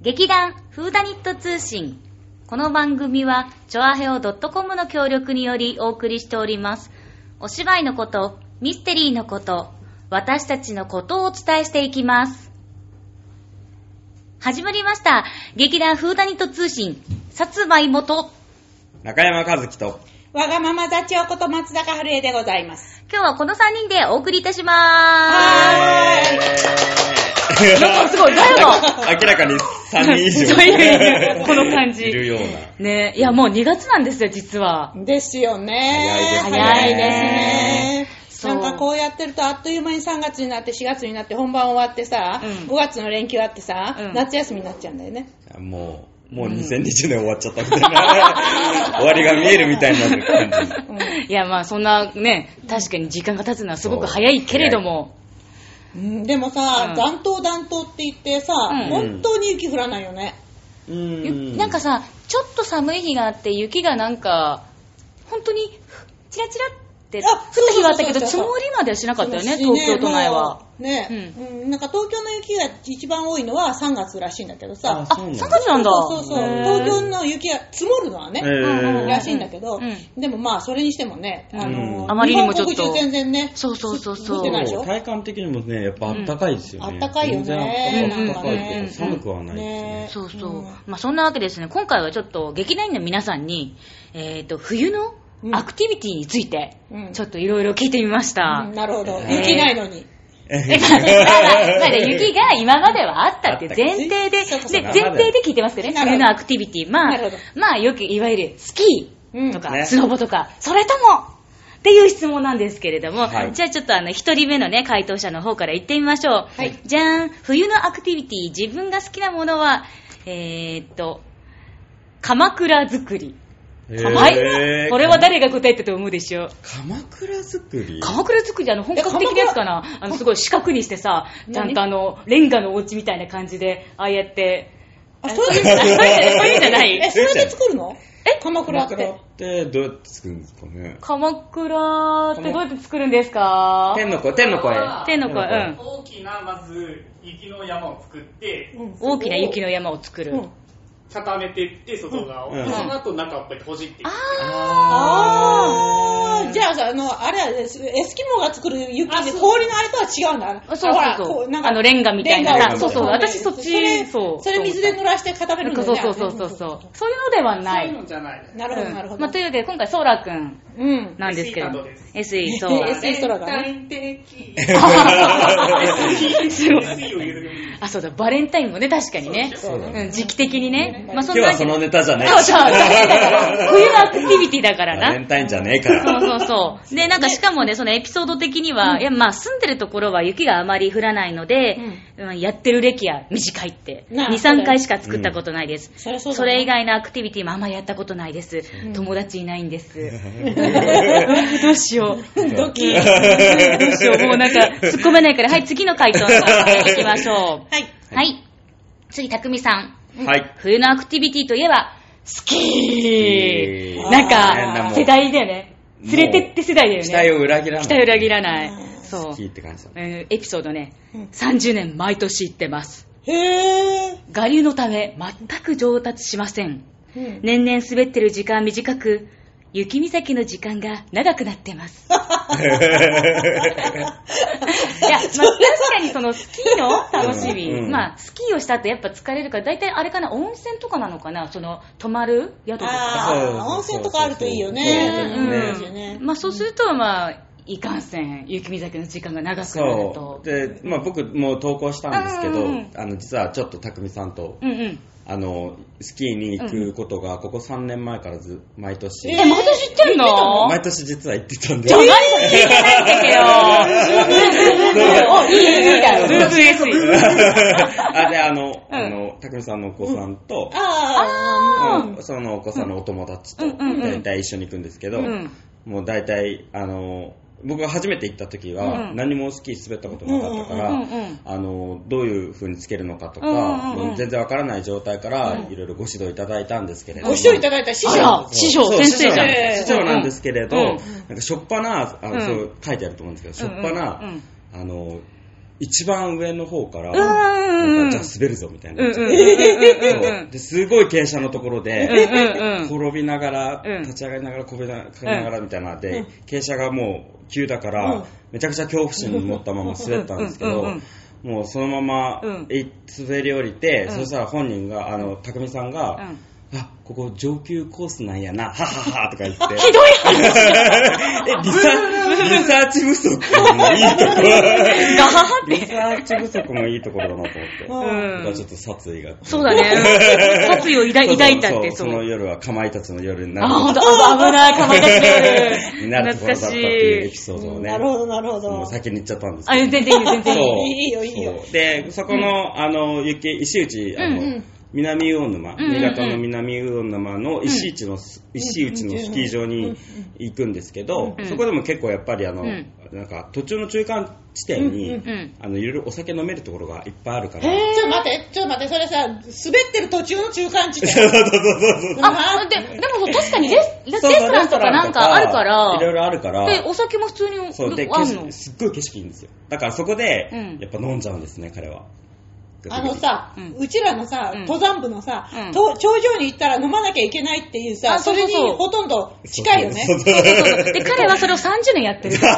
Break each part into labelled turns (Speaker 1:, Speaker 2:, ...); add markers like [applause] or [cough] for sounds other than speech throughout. Speaker 1: 劇団フーダニット通信。この番組は、チョアヘオ .com の協力によりお送りしております。お芝居のこと、ミステリーのこと、私たちのことをお伝えしていきます。始まりました。劇団フーダニット通信、薩摩妹。
Speaker 2: 中山和樹と、
Speaker 3: わがまま座長こと松坂春江でございます。
Speaker 1: 今日はこの3人でお送りいたしま
Speaker 3: はーい
Speaker 2: い
Speaker 1: なんかすごい誰も
Speaker 2: 明らかに3人以上
Speaker 1: そういうこの感じ
Speaker 2: いるような。
Speaker 1: す。ねえ、いやもう2月なんですよ、実は。
Speaker 3: ですよね。
Speaker 1: 早いですね
Speaker 3: ね
Speaker 1: そう
Speaker 3: なんかこうやってるとあっという間に3月になって4月になって本番終わってさ、
Speaker 1: うん
Speaker 3: 5月の連休あってさ、
Speaker 1: うん
Speaker 3: 夏休みになっちゃうんだよね。
Speaker 2: もう、もう2020年終わっちゃったみたいな。終わりが見えるみたいな感じ。
Speaker 1: いやまあそんなね、確かに時間が経つのはすごく早いけれども、
Speaker 3: うん、でも
Speaker 1: う
Speaker 3: さ
Speaker 1: ん、
Speaker 3: 暖冬暖冬って言ってさ、
Speaker 1: うん
Speaker 3: 本当に雪降らないよね。
Speaker 2: う
Speaker 1: ゆなんか、さ、ちょっと寒い日があって雪がなんか、本当に、チラチラって、降っ
Speaker 3: あ
Speaker 1: た日はあったけど、
Speaker 3: そう
Speaker 1: 積
Speaker 3: そうそうそう
Speaker 1: もりまではしなかったよね、
Speaker 3: 涼しい
Speaker 1: 東京都内は。。
Speaker 3: もうね、
Speaker 1: う
Speaker 3: うんなんか東京の雪が一番多いのは3月らしいんだけどさ、
Speaker 1: あ、
Speaker 2: そう
Speaker 1: 3
Speaker 2: なんだ
Speaker 1: 月なんだ。
Speaker 3: そうそうそう
Speaker 1: へー
Speaker 3: 東京の雪が積もるのはね、
Speaker 2: えー
Speaker 3: らしいんだけど、
Speaker 1: う
Speaker 3: でもまあそれにしてもね、あの
Speaker 2: うん
Speaker 1: あまりにもちょっと
Speaker 3: 日本国中全然ね、
Speaker 1: そうそうそうそう
Speaker 3: 降ってないでしょ。
Speaker 2: 体感的にもね、やっぱあったかいですよね。
Speaker 3: うんあったかいよね
Speaker 2: 全然あったかいと
Speaker 1: うん
Speaker 2: いうか、寒くはないです
Speaker 3: ね
Speaker 2: ね。
Speaker 1: そうそう。
Speaker 3: うん
Speaker 1: まあそんなわけですね、今回はちょっと劇団員の皆さんに、えっ、と、冬の
Speaker 3: うん
Speaker 1: アクティビティについて、
Speaker 3: うん
Speaker 1: ちょっといろいろ聞いてみました。
Speaker 3: うんなるほど、
Speaker 2: え
Speaker 1: ー
Speaker 3: 雪ないのに。
Speaker 1: えまあまあまあ雪が今まではあったっていう前提で、
Speaker 3: あった
Speaker 1: で
Speaker 3: けど
Speaker 1: 前提で聞いてますけどね、
Speaker 3: なるほ
Speaker 1: 冬
Speaker 3: ど
Speaker 1: のアクティビティ。まあ
Speaker 3: なるほど、
Speaker 1: まあよくいわゆるスキーと
Speaker 3: う
Speaker 1: か、
Speaker 2: んね
Speaker 1: スノボとか、それともっていう質問なんですけれども、
Speaker 2: はい
Speaker 1: じゃあちょっとあの、一人目のね、回答者の方から行ってみましょう。
Speaker 3: はい
Speaker 1: じゃーん、冬のアクティビティ、自分が好きなものは、えーっと、鎌倉作り。はい
Speaker 2: へー
Speaker 1: これは誰が答えたと思うでしょう
Speaker 2: 鎌倉作り
Speaker 1: 鎌倉作りあの本格的なやつかなあのすごい四角にしてさちゃんとあのレンガのお家みたいな感じでああや [laughs] って
Speaker 3: あ、そう
Speaker 1: あ
Speaker 3: で
Speaker 1: そう
Speaker 3: す
Speaker 1: いうそういうんじゃな
Speaker 3: え、
Speaker 1: い
Speaker 3: それで作るの
Speaker 1: え
Speaker 3: 鎌倉
Speaker 2: 鎌
Speaker 3: っ。
Speaker 2: 倉っててどうやって作るんですかね。
Speaker 1: 鎌倉ってどうやって作るんですか
Speaker 2: 天の声、天の声。
Speaker 1: 天の声うん
Speaker 4: 大きなまず雪の山を作って
Speaker 3: うん
Speaker 1: 大きな雪の山を作る、
Speaker 3: うん
Speaker 4: 固めていって外側を、
Speaker 2: うん
Speaker 4: でその後中をこうやってほじっていく
Speaker 3: あーじゃあさ、あの、あれは、エスキモーが作る雪
Speaker 4: あ
Speaker 3: で
Speaker 4: そう
Speaker 3: 氷のあれとは違うんだ。
Speaker 1: そうそう
Speaker 3: ほら
Speaker 1: そう
Speaker 3: こなんか
Speaker 1: あのレンガみたいな
Speaker 3: レンガ
Speaker 2: あ
Speaker 3: を
Speaker 2: そうそう
Speaker 1: 私そっち
Speaker 3: れ
Speaker 1: そう
Speaker 3: それ水で濡らして固めるんだ
Speaker 1: そ
Speaker 3: よ
Speaker 1: う
Speaker 3: ね
Speaker 1: そうそうそうそうそういうのではな
Speaker 4: そう
Speaker 1: い
Speaker 4: いうのじゃないです
Speaker 3: なるほど、なるほ
Speaker 1: うんまあ、と
Speaker 3: ど。
Speaker 1: いうわけで今回ソーラーくん
Speaker 3: うん。
Speaker 1: なんですけれども SE そ
Speaker 3: SE
Speaker 1: う
Speaker 3: SE 空が
Speaker 4: バレンタイン的
Speaker 1: [laughs] すごい
Speaker 4: SE を入れてくる
Speaker 1: あそうだバレンタインもね確かにね
Speaker 2: そうだ
Speaker 1: う
Speaker 2: ね
Speaker 1: ん、時期的にね、まあ、
Speaker 2: 今
Speaker 1: そん
Speaker 2: 日
Speaker 1: な
Speaker 2: は
Speaker 1: わけ
Speaker 2: そ
Speaker 1: で
Speaker 2: のネタじゃねえ。
Speaker 1: そうそうそう冬のアクティビティだから
Speaker 2: バ
Speaker 1: な
Speaker 2: レンタインじゃねえか
Speaker 1: そ
Speaker 2: ら。
Speaker 1: うそうそう。で、なんかしかもね、そのエピソード的には、いや、まあ住んでるところは雪があまり降らないので、うんやってる歴は短いって。2、
Speaker 3: なあ
Speaker 1: 3回しか作ったことないです。
Speaker 3: それそうだね
Speaker 1: それ以外のアクティビティもあんまりやったことないです。友達いないん
Speaker 3: [laughs]
Speaker 1: です。どうし
Speaker 2: [laughs]
Speaker 1: よう。
Speaker 2: ド
Speaker 1: キ。どうしよう。もうなんか、突っ込めないから、はい、次の回答に行きましょ
Speaker 3: はい。
Speaker 1: う。はい。次、たくみさん。
Speaker 2: はい。
Speaker 1: 冬のアクティビティといえば、スキー
Speaker 2: スキー
Speaker 1: なん
Speaker 2: あ
Speaker 1: か、
Speaker 2: ー
Speaker 1: 世代だよね。連れてって世代だよね。
Speaker 2: 期待を裏切らな
Speaker 1: 期
Speaker 2: い。
Speaker 1: 待を裏切らない
Speaker 3: うん。
Speaker 1: そう
Speaker 2: 好。きって感じだね。
Speaker 1: えーエピソードね
Speaker 3: うん、
Speaker 1: 30年毎年行ってます。
Speaker 3: へぇ
Speaker 1: 我流のため、全く上達しません。
Speaker 3: ー。
Speaker 1: 年々滑ってる時間は短く、雪岬の時間が長くなってます。いや、まあ、確かにそのスキーの楽しみ、
Speaker 2: うんうん
Speaker 1: まあ、スキーをした後やっぱ疲れるから、大体あれかな、温泉とかなのかな、その、泊まる宿とか。
Speaker 3: あー温泉とかあるといいよね。
Speaker 2: そう
Speaker 3: い
Speaker 2: で
Speaker 3: い
Speaker 2: す
Speaker 3: よね
Speaker 1: まあそうすると、まあ、いかんせん、雪見酒の時間が長くなる
Speaker 2: そ
Speaker 1: と
Speaker 2: う。。で、まあ僕もう投稿したんですけ
Speaker 1: う
Speaker 2: ど
Speaker 1: んうんうん、
Speaker 2: あの、実はちょっと匠さんと、
Speaker 1: うんうん。
Speaker 2: あの、スキーに行くことが、ここ3年前からず、毎年、
Speaker 1: え、また知ってんの
Speaker 2: 毎年実は行ってたんで
Speaker 1: じゃ、あ、何も聞いてないんだけど。お、いい、いい、いいだ。ブーブー SE。
Speaker 2: [laughs] あ、で、あ
Speaker 1: う
Speaker 2: の、
Speaker 1: ん
Speaker 2: あの、匠さんのお子さんと、
Speaker 3: あ
Speaker 2: まあそのお子さんのお友達と、
Speaker 1: うんうんうん
Speaker 2: 大体一緒に行くんですけど、
Speaker 1: うん
Speaker 2: もう大体、あの、僕が初めて行った時は、
Speaker 1: うん
Speaker 2: 何もスキー滑ったことなかったから、
Speaker 1: うんうんうんうん
Speaker 2: あの、どういう風につけるのかとか、
Speaker 1: うんうんうん
Speaker 2: もう全然わからない状態から、いろいろご指導いただいたんですけれ
Speaker 3: ー
Speaker 2: ど
Speaker 3: ご視聴いただいた師
Speaker 1: あら
Speaker 2: そ
Speaker 3: 匠。
Speaker 2: う
Speaker 1: 師匠
Speaker 2: そう
Speaker 1: 先生じゃん
Speaker 2: 師匠師匠なんですけれど、
Speaker 1: うん
Speaker 2: なんかしょっぱな、あの
Speaker 1: うん
Speaker 2: そう書いてあると思うんですけど、しょっぱな、
Speaker 1: うんうん
Speaker 2: あの、一番上の方から、
Speaker 1: うんうんう
Speaker 2: なんんかじゃあ滑るぞみたい
Speaker 1: うん
Speaker 2: な
Speaker 1: うん
Speaker 2: 感
Speaker 1: う
Speaker 2: じで。
Speaker 1: んうんう
Speaker 2: そうんですごい傾斜のところで、
Speaker 1: うんうん
Speaker 2: 転びながら、
Speaker 1: うん
Speaker 2: 立ち上がりながら、転びな転びながらみたいなので、傾斜がもう急だから、
Speaker 3: うん
Speaker 2: めちゃくちゃ恐怖心に持ったまま滑ったんですけ
Speaker 1: うんうんう
Speaker 2: ど
Speaker 1: ん、
Speaker 2: もうそのまま、
Speaker 1: うん
Speaker 2: えい滑り降りて、
Speaker 1: うん
Speaker 2: そしたら本人が、あの、匠さん
Speaker 1: う
Speaker 2: が、
Speaker 1: ん
Speaker 2: あ、ここ上級コースなんやな、ははははとか言って。
Speaker 1: ひ [laughs] どい話
Speaker 2: え、リサリサーチ不足もいいとこ
Speaker 1: ガハハっ
Speaker 2: リ
Speaker 1: て。
Speaker 2: サーチ不足もいいところだなと思って。
Speaker 3: う
Speaker 2: 僕
Speaker 1: う
Speaker 2: は
Speaker 1: ん
Speaker 2: ちょっと殺意があって。
Speaker 1: そうだね。殺意を抱い抱いたって、
Speaker 2: そ
Speaker 1: そう。
Speaker 2: そうそうの夜はかまいたちの夜にな
Speaker 1: あ、
Speaker 2: る。
Speaker 1: ほんと、あ危ない、かまいたちの夜。懐かして
Speaker 2: に [laughs] なるところだったっいうエ
Speaker 1: い
Speaker 2: ピ。ソードをね
Speaker 3: な。るほど、なる
Speaker 2: も
Speaker 3: ほ
Speaker 2: う
Speaker 3: ど。
Speaker 2: 先に言っちゃったんです
Speaker 1: あ、
Speaker 2: け
Speaker 1: 全
Speaker 2: ど。
Speaker 1: 然いいよ、全然いいよ。
Speaker 3: いいよいいよ
Speaker 2: そうで、そこの、あの、雪、石内、あ
Speaker 1: うんう
Speaker 2: の
Speaker 3: ん、
Speaker 2: 南魚沼、
Speaker 1: うんうん
Speaker 2: 新潟の南魚沼の石内の、石内のスキー場に行くんですけど
Speaker 1: う、ん
Speaker 2: そこでも結構やっぱりあの、
Speaker 1: うん
Speaker 2: なんか途中の中間地点に、
Speaker 3: うん
Speaker 1: うん
Speaker 2: あの、いろいろお酒飲めるところがいっぱいあるから、
Speaker 3: ちょっと待って、ちょっと待って、それさ、滑ってる途中の中間地点。
Speaker 1: あ、で、でもそう確かにレスレレス
Speaker 2: そう
Speaker 1: トランとかなんかあるから、
Speaker 2: いろいろあるから、
Speaker 1: で、お酒も普通にあん
Speaker 2: そうで景
Speaker 1: の
Speaker 2: 色。すっごい景色いいんですよだからそこで、
Speaker 1: うん
Speaker 2: やっぱ飲んじゃうんですね彼は
Speaker 3: あのさ、
Speaker 1: う
Speaker 3: うんちらのさ、
Speaker 1: うん
Speaker 3: 登山部のさ、
Speaker 1: うん
Speaker 3: と頂上に行ったら飲まなきゃいけないっていう
Speaker 1: あ
Speaker 3: さ、
Speaker 1: そ
Speaker 3: そう
Speaker 1: そう
Speaker 3: れ
Speaker 1: そう
Speaker 3: にほとんど近いよね。
Speaker 2: そう [laughs] そう
Speaker 1: そうそうそうで、彼はそれを30年やって
Speaker 2: [laughs]
Speaker 1: る。登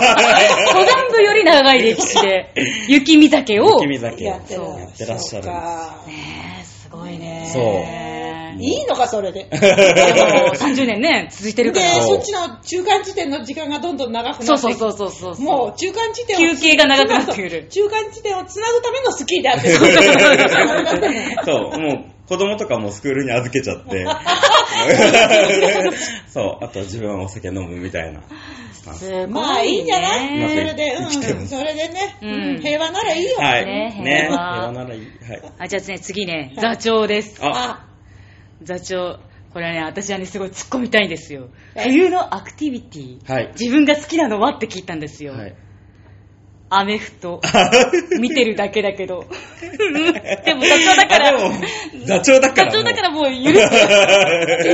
Speaker 1: 山部より長い歴史で、雪見酒を。
Speaker 2: 君酒
Speaker 3: や
Speaker 2: やっ
Speaker 3: って
Speaker 2: て
Speaker 3: る。
Speaker 2: らっしゃるんです
Speaker 3: そっか
Speaker 1: ねえ、すごいね。
Speaker 2: そう
Speaker 1: い
Speaker 3: いいのか、それで。
Speaker 1: やもう30年ね、続いてるか
Speaker 3: で
Speaker 1: ら。、
Speaker 3: そっちの中間地点の時間がどんどん長くなって
Speaker 1: そうそうそうそうそうそう。
Speaker 3: もう中間地点を
Speaker 1: 休憩が長くなってくる。
Speaker 3: 中間地点をつなぐためのスキーであってる
Speaker 1: そうそうそう
Speaker 2: そうもう子供とかもスクールに預けちゃって [laughs] そうあと自分はお酒飲むみたいなスタンス
Speaker 1: すごいね。
Speaker 3: まあいいんじゃない、
Speaker 2: まあ
Speaker 3: それで、
Speaker 2: 生きて
Speaker 3: う
Speaker 2: ま
Speaker 3: ん、
Speaker 2: す
Speaker 3: それでね、
Speaker 1: うん
Speaker 3: 平和ならいいよ。
Speaker 2: はい
Speaker 1: ね
Speaker 2: ね
Speaker 1: 平和
Speaker 2: ならいいはい
Speaker 1: あ、じゃあね、次ね、座長です。
Speaker 2: あ
Speaker 1: 座長。これはね、私はね、すごい突っ込みたいんですよ。
Speaker 3: え
Speaker 1: 冬のアクティビティ。
Speaker 2: はい
Speaker 1: 自分が好きなのはって聞いたんですよ。
Speaker 2: はい
Speaker 1: アメフト。見てるだけだけど。でも座長だから、
Speaker 2: あでも座長だか
Speaker 1: 座
Speaker 2: ら
Speaker 1: 長だから
Speaker 2: も
Speaker 1: もう許して。
Speaker 3: って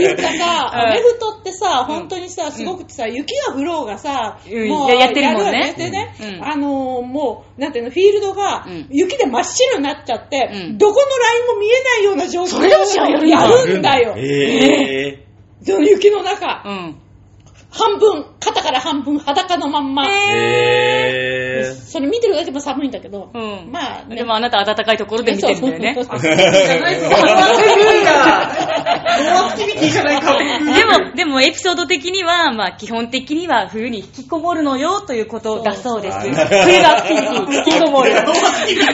Speaker 3: いうかさ、
Speaker 1: うん
Speaker 3: アメフトってさ、本当にさ、すごくさ、雪が降ろうがさ、
Speaker 1: うんややってるもんね
Speaker 3: やるよねでね
Speaker 1: うん
Speaker 3: あのーもう、なんていうの、フィールドが
Speaker 1: うん
Speaker 3: 雪で真っ白になっちゃって、
Speaker 1: うん
Speaker 3: どこのラインも見えないような状況
Speaker 1: それでも試合やるんだ
Speaker 3: やるんだよ。
Speaker 2: ええ
Speaker 3: その雪の中、
Speaker 1: うん。
Speaker 3: 半分、肩から半分裸のまん
Speaker 2: ー、
Speaker 3: ま。
Speaker 2: えー
Speaker 3: それ見てるだけでも寒いんだけど、
Speaker 1: うん。
Speaker 3: まあね
Speaker 1: でもあなた暖かいところで見てるんだよね。
Speaker 3: そう
Speaker 1: でも、でもエピソード的には、まあ基本的には冬に引きこもるのよということだそうです。
Speaker 2: そう
Speaker 1: 冬
Speaker 2: そう
Speaker 1: がアクティビティ、引きこもる。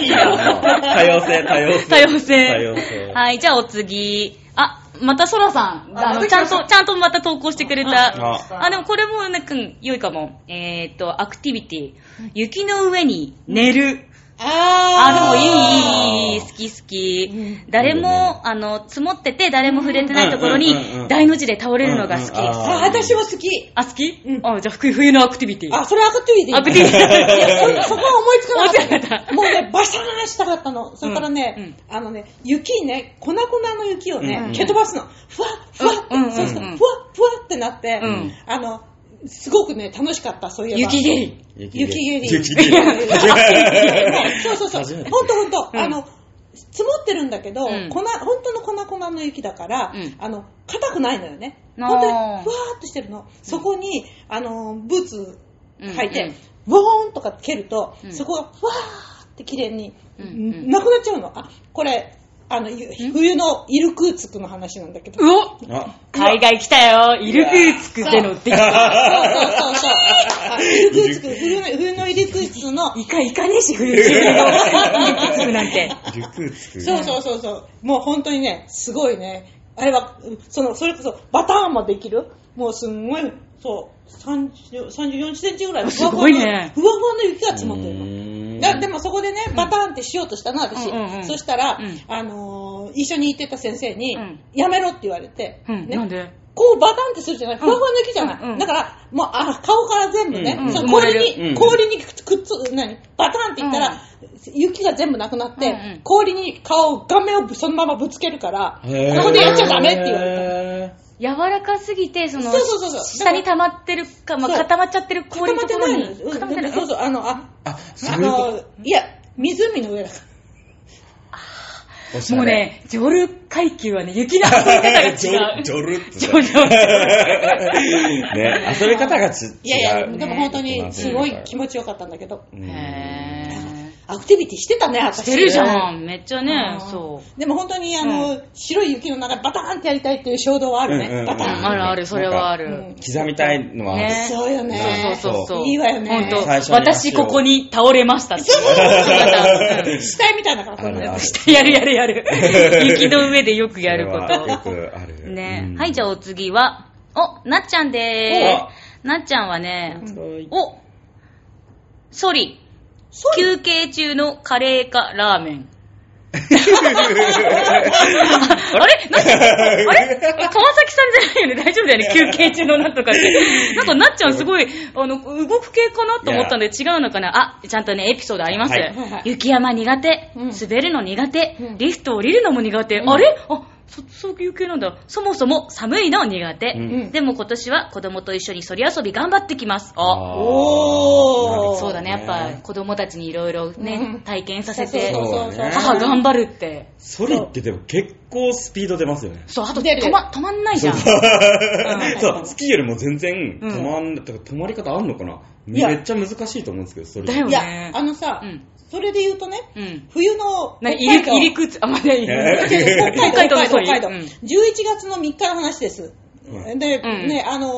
Speaker 2: 多様性、多様
Speaker 1: [laughs]
Speaker 2: 性。
Speaker 1: 多様性。
Speaker 2: 多様性。
Speaker 1: はい、じゃあお次。あ、またソラさん。
Speaker 3: あ
Speaker 1: あの、
Speaker 3: また来まし
Speaker 1: ちゃん
Speaker 3: た
Speaker 1: と、ちゃんとまた投稿してくれた。
Speaker 2: あ
Speaker 1: あ、でもこれもなんか良いかも。えーっと、アクティビティ。雪の上に寝る。
Speaker 3: あ
Speaker 1: あ、でもいい、いい、いい、
Speaker 2: あー
Speaker 1: 好き好き。
Speaker 3: う
Speaker 1: 誰
Speaker 2: いいよね
Speaker 1: も、あの、積もってて誰も触れてないところ
Speaker 2: うんうんうんう
Speaker 1: に、
Speaker 2: ん
Speaker 1: 大の字で倒れるのが好き。
Speaker 2: うんうんあー
Speaker 3: あ、私も好き。
Speaker 1: あ、好き
Speaker 3: うん
Speaker 1: あ、じゃあ、冬のアクティビティ。
Speaker 3: あ、それアクティビティ。
Speaker 1: アクティビテ
Speaker 3: いや
Speaker 1: ィ。
Speaker 3: そそこは思いつかな
Speaker 1: 思いつか
Speaker 3: か
Speaker 1: なかっ [laughs]
Speaker 3: ったた。もうね、バシャーンしたかったの。それからね、あのね、雪ね、粉々の雪を
Speaker 2: う
Speaker 3: ね
Speaker 2: ん、
Speaker 3: 蹴飛ばすの。ふわっ、ふわっ
Speaker 1: うんうんうん
Speaker 3: て、そうすると、ふわっ、ふわってなって
Speaker 1: うん、
Speaker 3: あの、すごくね、楽しかった、そういえば。
Speaker 1: 雪蹴り。
Speaker 3: 雪蹴り。
Speaker 2: 雪蹴り。
Speaker 3: ね [laughs] そうそうそう
Speaker 2: 初め。て
Speaker 3: ほんとほんと、
Speaker 1: うん
Speaker 3: あの、積もってるんだけど、
Speaker 1: うん
Speaker 3: 粉、本当の粉々の雪だから、
Speaker 1: うん
Speaker 3: あの、硬くないのよね。
Speaker 1: あー
Speaker 3: 本当に、ふわーっとしてるの。そこに、あの、ブーツ履い
Speaker 1: うんう
Speaker 3: て
Speaker 1: ん、
Speaker 3: ボーンとか蹴ると、
Speaker 1: うん
Speaker 3: そこがふわーって綺麗に、
Speaker 1: うんうん
Speaker 3: なくなっちゃうの。あ、これ、あの、ゆ冬のイルクーツクの話なん
Speaker 2: [laughs]
Speaker 3: だけど。
Speaker 1: うお
Speaker 2: [laughs] あ、
Speaker 1: 海外来たよ。イルクーツクでの出来
Speaker 3: そうそうそうそう
Speaker 1: 事。
Speaker 3: [laughs] あ。イルクーツク、冬の冬のイルクーツクの、
Speaker 1: いか、いかねえし、 [laughs] 冬中のイルクーツクなんて。
Speaker 2: リュクつく。
Speaker 3: そうそうそうそう。もう本当にね、すごいね。あれは、うんその、それこそ、バターンもできる。もうすんごい、そう、30 34センチぐらい。
Speaker 1: すごいね
Speaker 3: ふわふわのふわふわの雪が積もってるの。
Speaker 2: う
Speaker 3: だでもそこでね、バターンってしようとしたの、私。
Speaker 1: うんうんうん
Speaker 3: そしたら、
Speaker 1: うん
Speaker 3: あのー一緒に行ってた先生に、
Speaker 1: うん
Speaker 3: やめろって言われて、
Speaker 1: うん、
Speaker 3: ね
Speaker 1: なんで
Speaker 3: こうバタンってするじゃない、ふわふわの雪じゃない。
Speaker 1: うんうん
Speaker 3: だから、もうあ顔から全部ね、
Speaker 2: うん
Speaker 3: そううん氷
Speaker 1: 埋
Speaker 2: もれるう
Speaker 3: に、
Speaker 2: ん
Speaker 3: 氷にくっつくっつ、何バタンっていったら、雪が全部なくなって、
Speaker 1: うんうん
Speaker 3: 氷に顔を、顔面をそのままぶつけるから、こ
Speaker 2: へー
Speaker 3: こでやっちゃダメって言われた。
Speaker 1: 柔らかすぎて、その、
Speaker 3: そうそうそうそう
Speaker 1: 下に溜まってるか、まあ、
Speaker 3: そう
Speaker 1: 固まっちゃってる
Speaker 3: 固
Speaker 1: 氷
Speaker 3: ま
Speaker 1: の
Speaker 3: って
Speaker 1: とこ
Speaker 3: な
Speaker 1: ろ
Speaker 3: い
Speaker 1: に
Speaker 3: の。うんそうそう、あの、あ、
Speaker 2: あ、そ
Speaker 3: あ
Speaker 2: ういうこと
Speaker 3: の、いや、湖の上だか
Speaker 2: おしゃ
Speaker 1: も
Speaker 2: れ
Speaker 1: う、ね、ジョル階級はね、雪の遊び方が [laughs] 違う。
Speaker 2: [laughs] ジョジョルって
Speaker 1: ジョジョ
Speaker 2: ね、遊び方がち違う。
Speaker 3: ら。いやいや、
Speaker 1: ね
Speaker 3: でも本当にすごい気持ちよかったんだけど。
Speaker 2: うん
Speaker 1: へ
Speaker 3: アクティビティしてたね、
Speaker 1: ー。
Speaker 3: 私。
Speaker 1: してるじゃん。めっちゃね、
Speaker 3: うん
Speaker 1: そう。
Speaker 3: でも本当にあの、
Speaker 1: う
Speaker 3: 白い雪の中でバターンってやりたいっていう衝動はあるね。
Speaker 2: うんうんうん
Speaker 3: バターン。
Speaker 1: あるある、それはある。
Speaker 3: うん
Speaker 2: 刻みたいのは、
Speaker 1: ね
Speaker 3: そうよね。
Speaker 1: そうそうそう。
Speaker 3: いいわよね
Speaker 1: ほんと
Speaker 2: 最初に足を
Speaker 1: 私ここに倒れましたって。
Speaker 3: 死体みたいな
Speaker 2: あ
Speaker 3: 格好
Speaker 2: る
Speaker 3: で
Speaker 2: ある。
Speaker 1: [laughs] やるやるやる。
Speaker 2: [laughs]
Speaker 1: 雪の上でよくやるこ
Speaker 2: それはよ
Speaker 1: と。
Speaker 2: くある。
Speaker 1: ね、
Speaker 2: うん
Speaker 1: はい、じゃあお次は、お、なっちゃんでーす。なっちゃんはね、お、ソリ、
Speaker 3: ソリ
Speaker 1: 休憩中のカレーかラーメ
Speaker 2: [laughs]
Speaker 1: ン。あれなっちゃん、あれ
Speaker 3: [laughs]
Speaker 1: 川崎さんじゃないよね。大丈夫だよね。休憩中のなんとかって。
Speaker 3: [laughs]
Speaker 1: なんかなっちゃんすごい、あの、動く系かなと思ったんで違うのかな。あ、ちゃんとね、エピソードあります。
Speaker 2: はい
Speaker 3: はい
Speaker 1: 雪山苦手
Speaker 3: うん、
Speaker 1: 滑るの苦手、
Speaker 3: うん
Speaker 1: リフト降りるのも苦手。
Speaker 3: うん
Speaker 1: あれあ、そ、そういう系なんだ。そもそも寒いの苦手。
Speaker 2: うん
Speaker 3: うん
Speaker 1: でも今年は子供と一緒にそり遊び頑張ってきます。あ、
Speaker 2: [laughs] あー
Speaker 3: おー
Speaker 1: そうだね。やっぱ子供たちにいろいろ
Speaker 3: うん
Speaker 1: ね、体験させて
Speaker 3: そ、うそう
Speaker 2: そう
Speaker 3: そう
Speaker 2: だね
Speaker 1: 母頑張るって。
Speaker 2: ソリってでも結構スピード出ますよね。
Speaker 1: そう、あと
Speaker 3: 出る
Speaker 1: 止ま、止まんないじゃん。うん
Speaker 2: そう、スキーよりも全然
Speaker 1: うん
Speaker 2: 止まん、てか止まり方あんのかない
Speaker 3: や
Speaker 2: めっちゃ難しいと思うんですけど、ソリ。
Speaker 1: だよ
Speaker 3: いや
Speaker 1: ね、
Speaker 3: あのさ、
Speaker 1: うん
Speaker 3: それで言うとね、
Speaker 1: うん。
Speaker 3: 冬の
Speaker 1: な、
Speaker 3: 北
Speaker 1: 入り、
Speaker 3: 海道、
Speaker 1: 入り口、あ、まだいい。
Speaker 2: え
Speaker 3: 違う違う北
Speaker 1: 北海
Speaker 3: 海道、
Speaker 1: 道
Speaker 3: 北海道、北海道、
Speaker 1: うん
Speaker 3: 11月の3日の話です。
Speaker 2: うん
Speaker 3: で、
Speaker 1: うん
Speaker 3: ね、あのー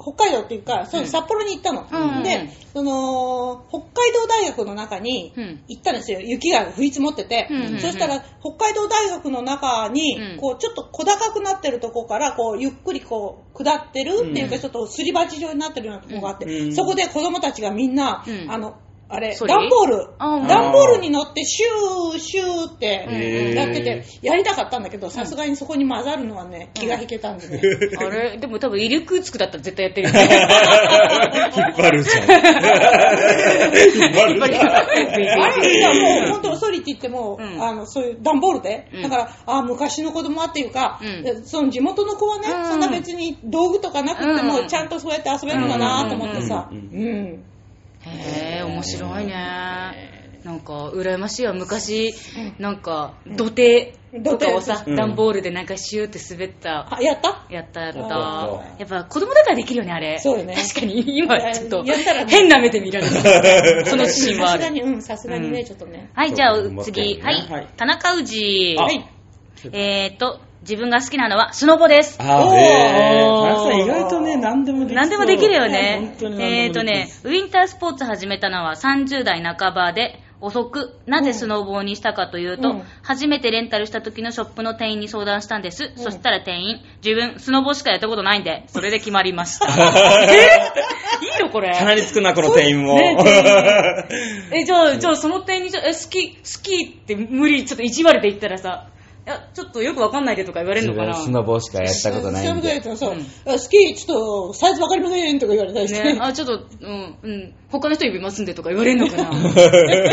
Speaker 3: 北海道っていうか、そう
Speaker 1: うん
Speaker 3: 札幌に行ったの。
Speaker 1: うん
Speaker 3: で、その、北海道大学の中に
Speaker 1: うん
Speaker 3: 行ったんですよ。雪が降り積もってて。
Speaker 1: うんうんうん
Speaker 3: そしたら、北海道大学の中に、
Speaker 1: うん
Speaker 3: こう、ちょっと小高くなってるとこから、こう、ゆっくりこう、下ってるっていうか、
Speaker 1: うん
Speaker 3: ちょっとすり鉢状になってるようなとこがあって、
Speaker 2: うん
Speaker 3: そこで子供たちがみんな、
Speaker 1: うん
Speaker 3: あの、あれ、
Speaker 1: それ
Speaker 3: 段ボール、
Speaker 1: あうん
Speaker 3: 段ボールに乗って、シュー、シューって、
Speaker 2: へー
Speaker 3: やってて、やりたかったんだけど、さすがにそこに混ざるのはね、気が引けたんでね。
Speaker 1: あれでも多分、イルクーツクだったら絶対やってるよ
Speaker 2: [laughs]
Speaker 1: ね。
Speaker 2: [laughs] 引っ張るじゃん。引っ張るじゃん。
Speaker 3: あれいやもう本当ソリって言っても、
Speaker 1: うん
Speaker 3: あのそういう段ボールで、
Speaker 1: うん
Speaker 3: だからあー昔の子供はっていうか、
Speaker 1: う
Speaker 3: その地元の子はね、
Speaker 1: うん
Speaker 3: そんな別に道具とかなくても、
Speaker 1: うん
Speaker 3: ちゃんとそうやって遊べるんだなと思ってさ、
Speaker 2: う
Speaker 3: うんん
Speaker 1: へえ、面白いね。なんか、羨ましいわ。昔、なんか、土手とかをさ、
Speaker 2: うん
Speaker 1: 段ボールでなんかシューって滑った。
Speaker 3: あやった
Speaker 1: やったやった。
Speaker 2: あ
Speaker 1: やっぱ子供だからできるよね、あれ。
Speaker 3: そうよね
Speaker 1: 確かに今ちょっと
Speaker 3: ややったらね
Speaker 1: 変な目で見られ
Speaker 2: [laughs]
Speaker 1: る。そのシーンはあ
Speaker 3: さすが
Speaker 1: る。
Speaker 3: にうんさすがにね、
Speaker 1: うん
Speaker 3: ちょっとね
Speaker 1: はい、じゃあ
Speaker 2: そう思ってる
Speaker 1: 次。
Speaker 2: ね
Speaker 1: はい、
Speaker 2: はい
Speaker 1: 田中氏。
Speaker 2: あ
Speaker 1: えーと、自分が好きなのはスノボです。
Speaker 2: あ
Speaker 3: お
Speaker 2: ー、
Speaker 3: ー
Speaker 2: へー。田中さん意外とね、何でもできる。
Speaker 1: 何でもできるよね
Speaker 2: 本当に。
Speaker 1: えーと
Speaker 2: 何でもできる
Speaker 1: ね、ウィンタースポーツ始めたのは30代半ばで、遅く、なぜスノボーにしたかというと、
Speaker 3: うん
Speaker 1: 初めてレンタルした時のショップの店員に相談したんです。そしたら店員、自分、スノボーしかやったことないんで、それで決まりました。
Speaker 2: [laughs]
Speaker 1: えーいいのこれ。
Speaker 2: 鼻につくな、この店員も。
Speaker 1: ね
Speaker 2: [laughs]
Speaker 1: え、じゃあ、じゃあその点に、じゃあえ、好き、好きって無理、ちょっと意地悪で言ったらさ、いや、ちょっとよくわかんないでとか言われるのかな。
Speaker 2: スノボしかやったことないんで。
Speaker 3: そうそう
Speaker 1: うん
Speaker 3: あスキーちょっとサイズわかりませんとか言われたりして、
Speaker 1: ね、あ、ちょっと、うん、うん、他の人呼びますんでとか言われるのか
Speaker 2: [laughs]
Speaker 1: な。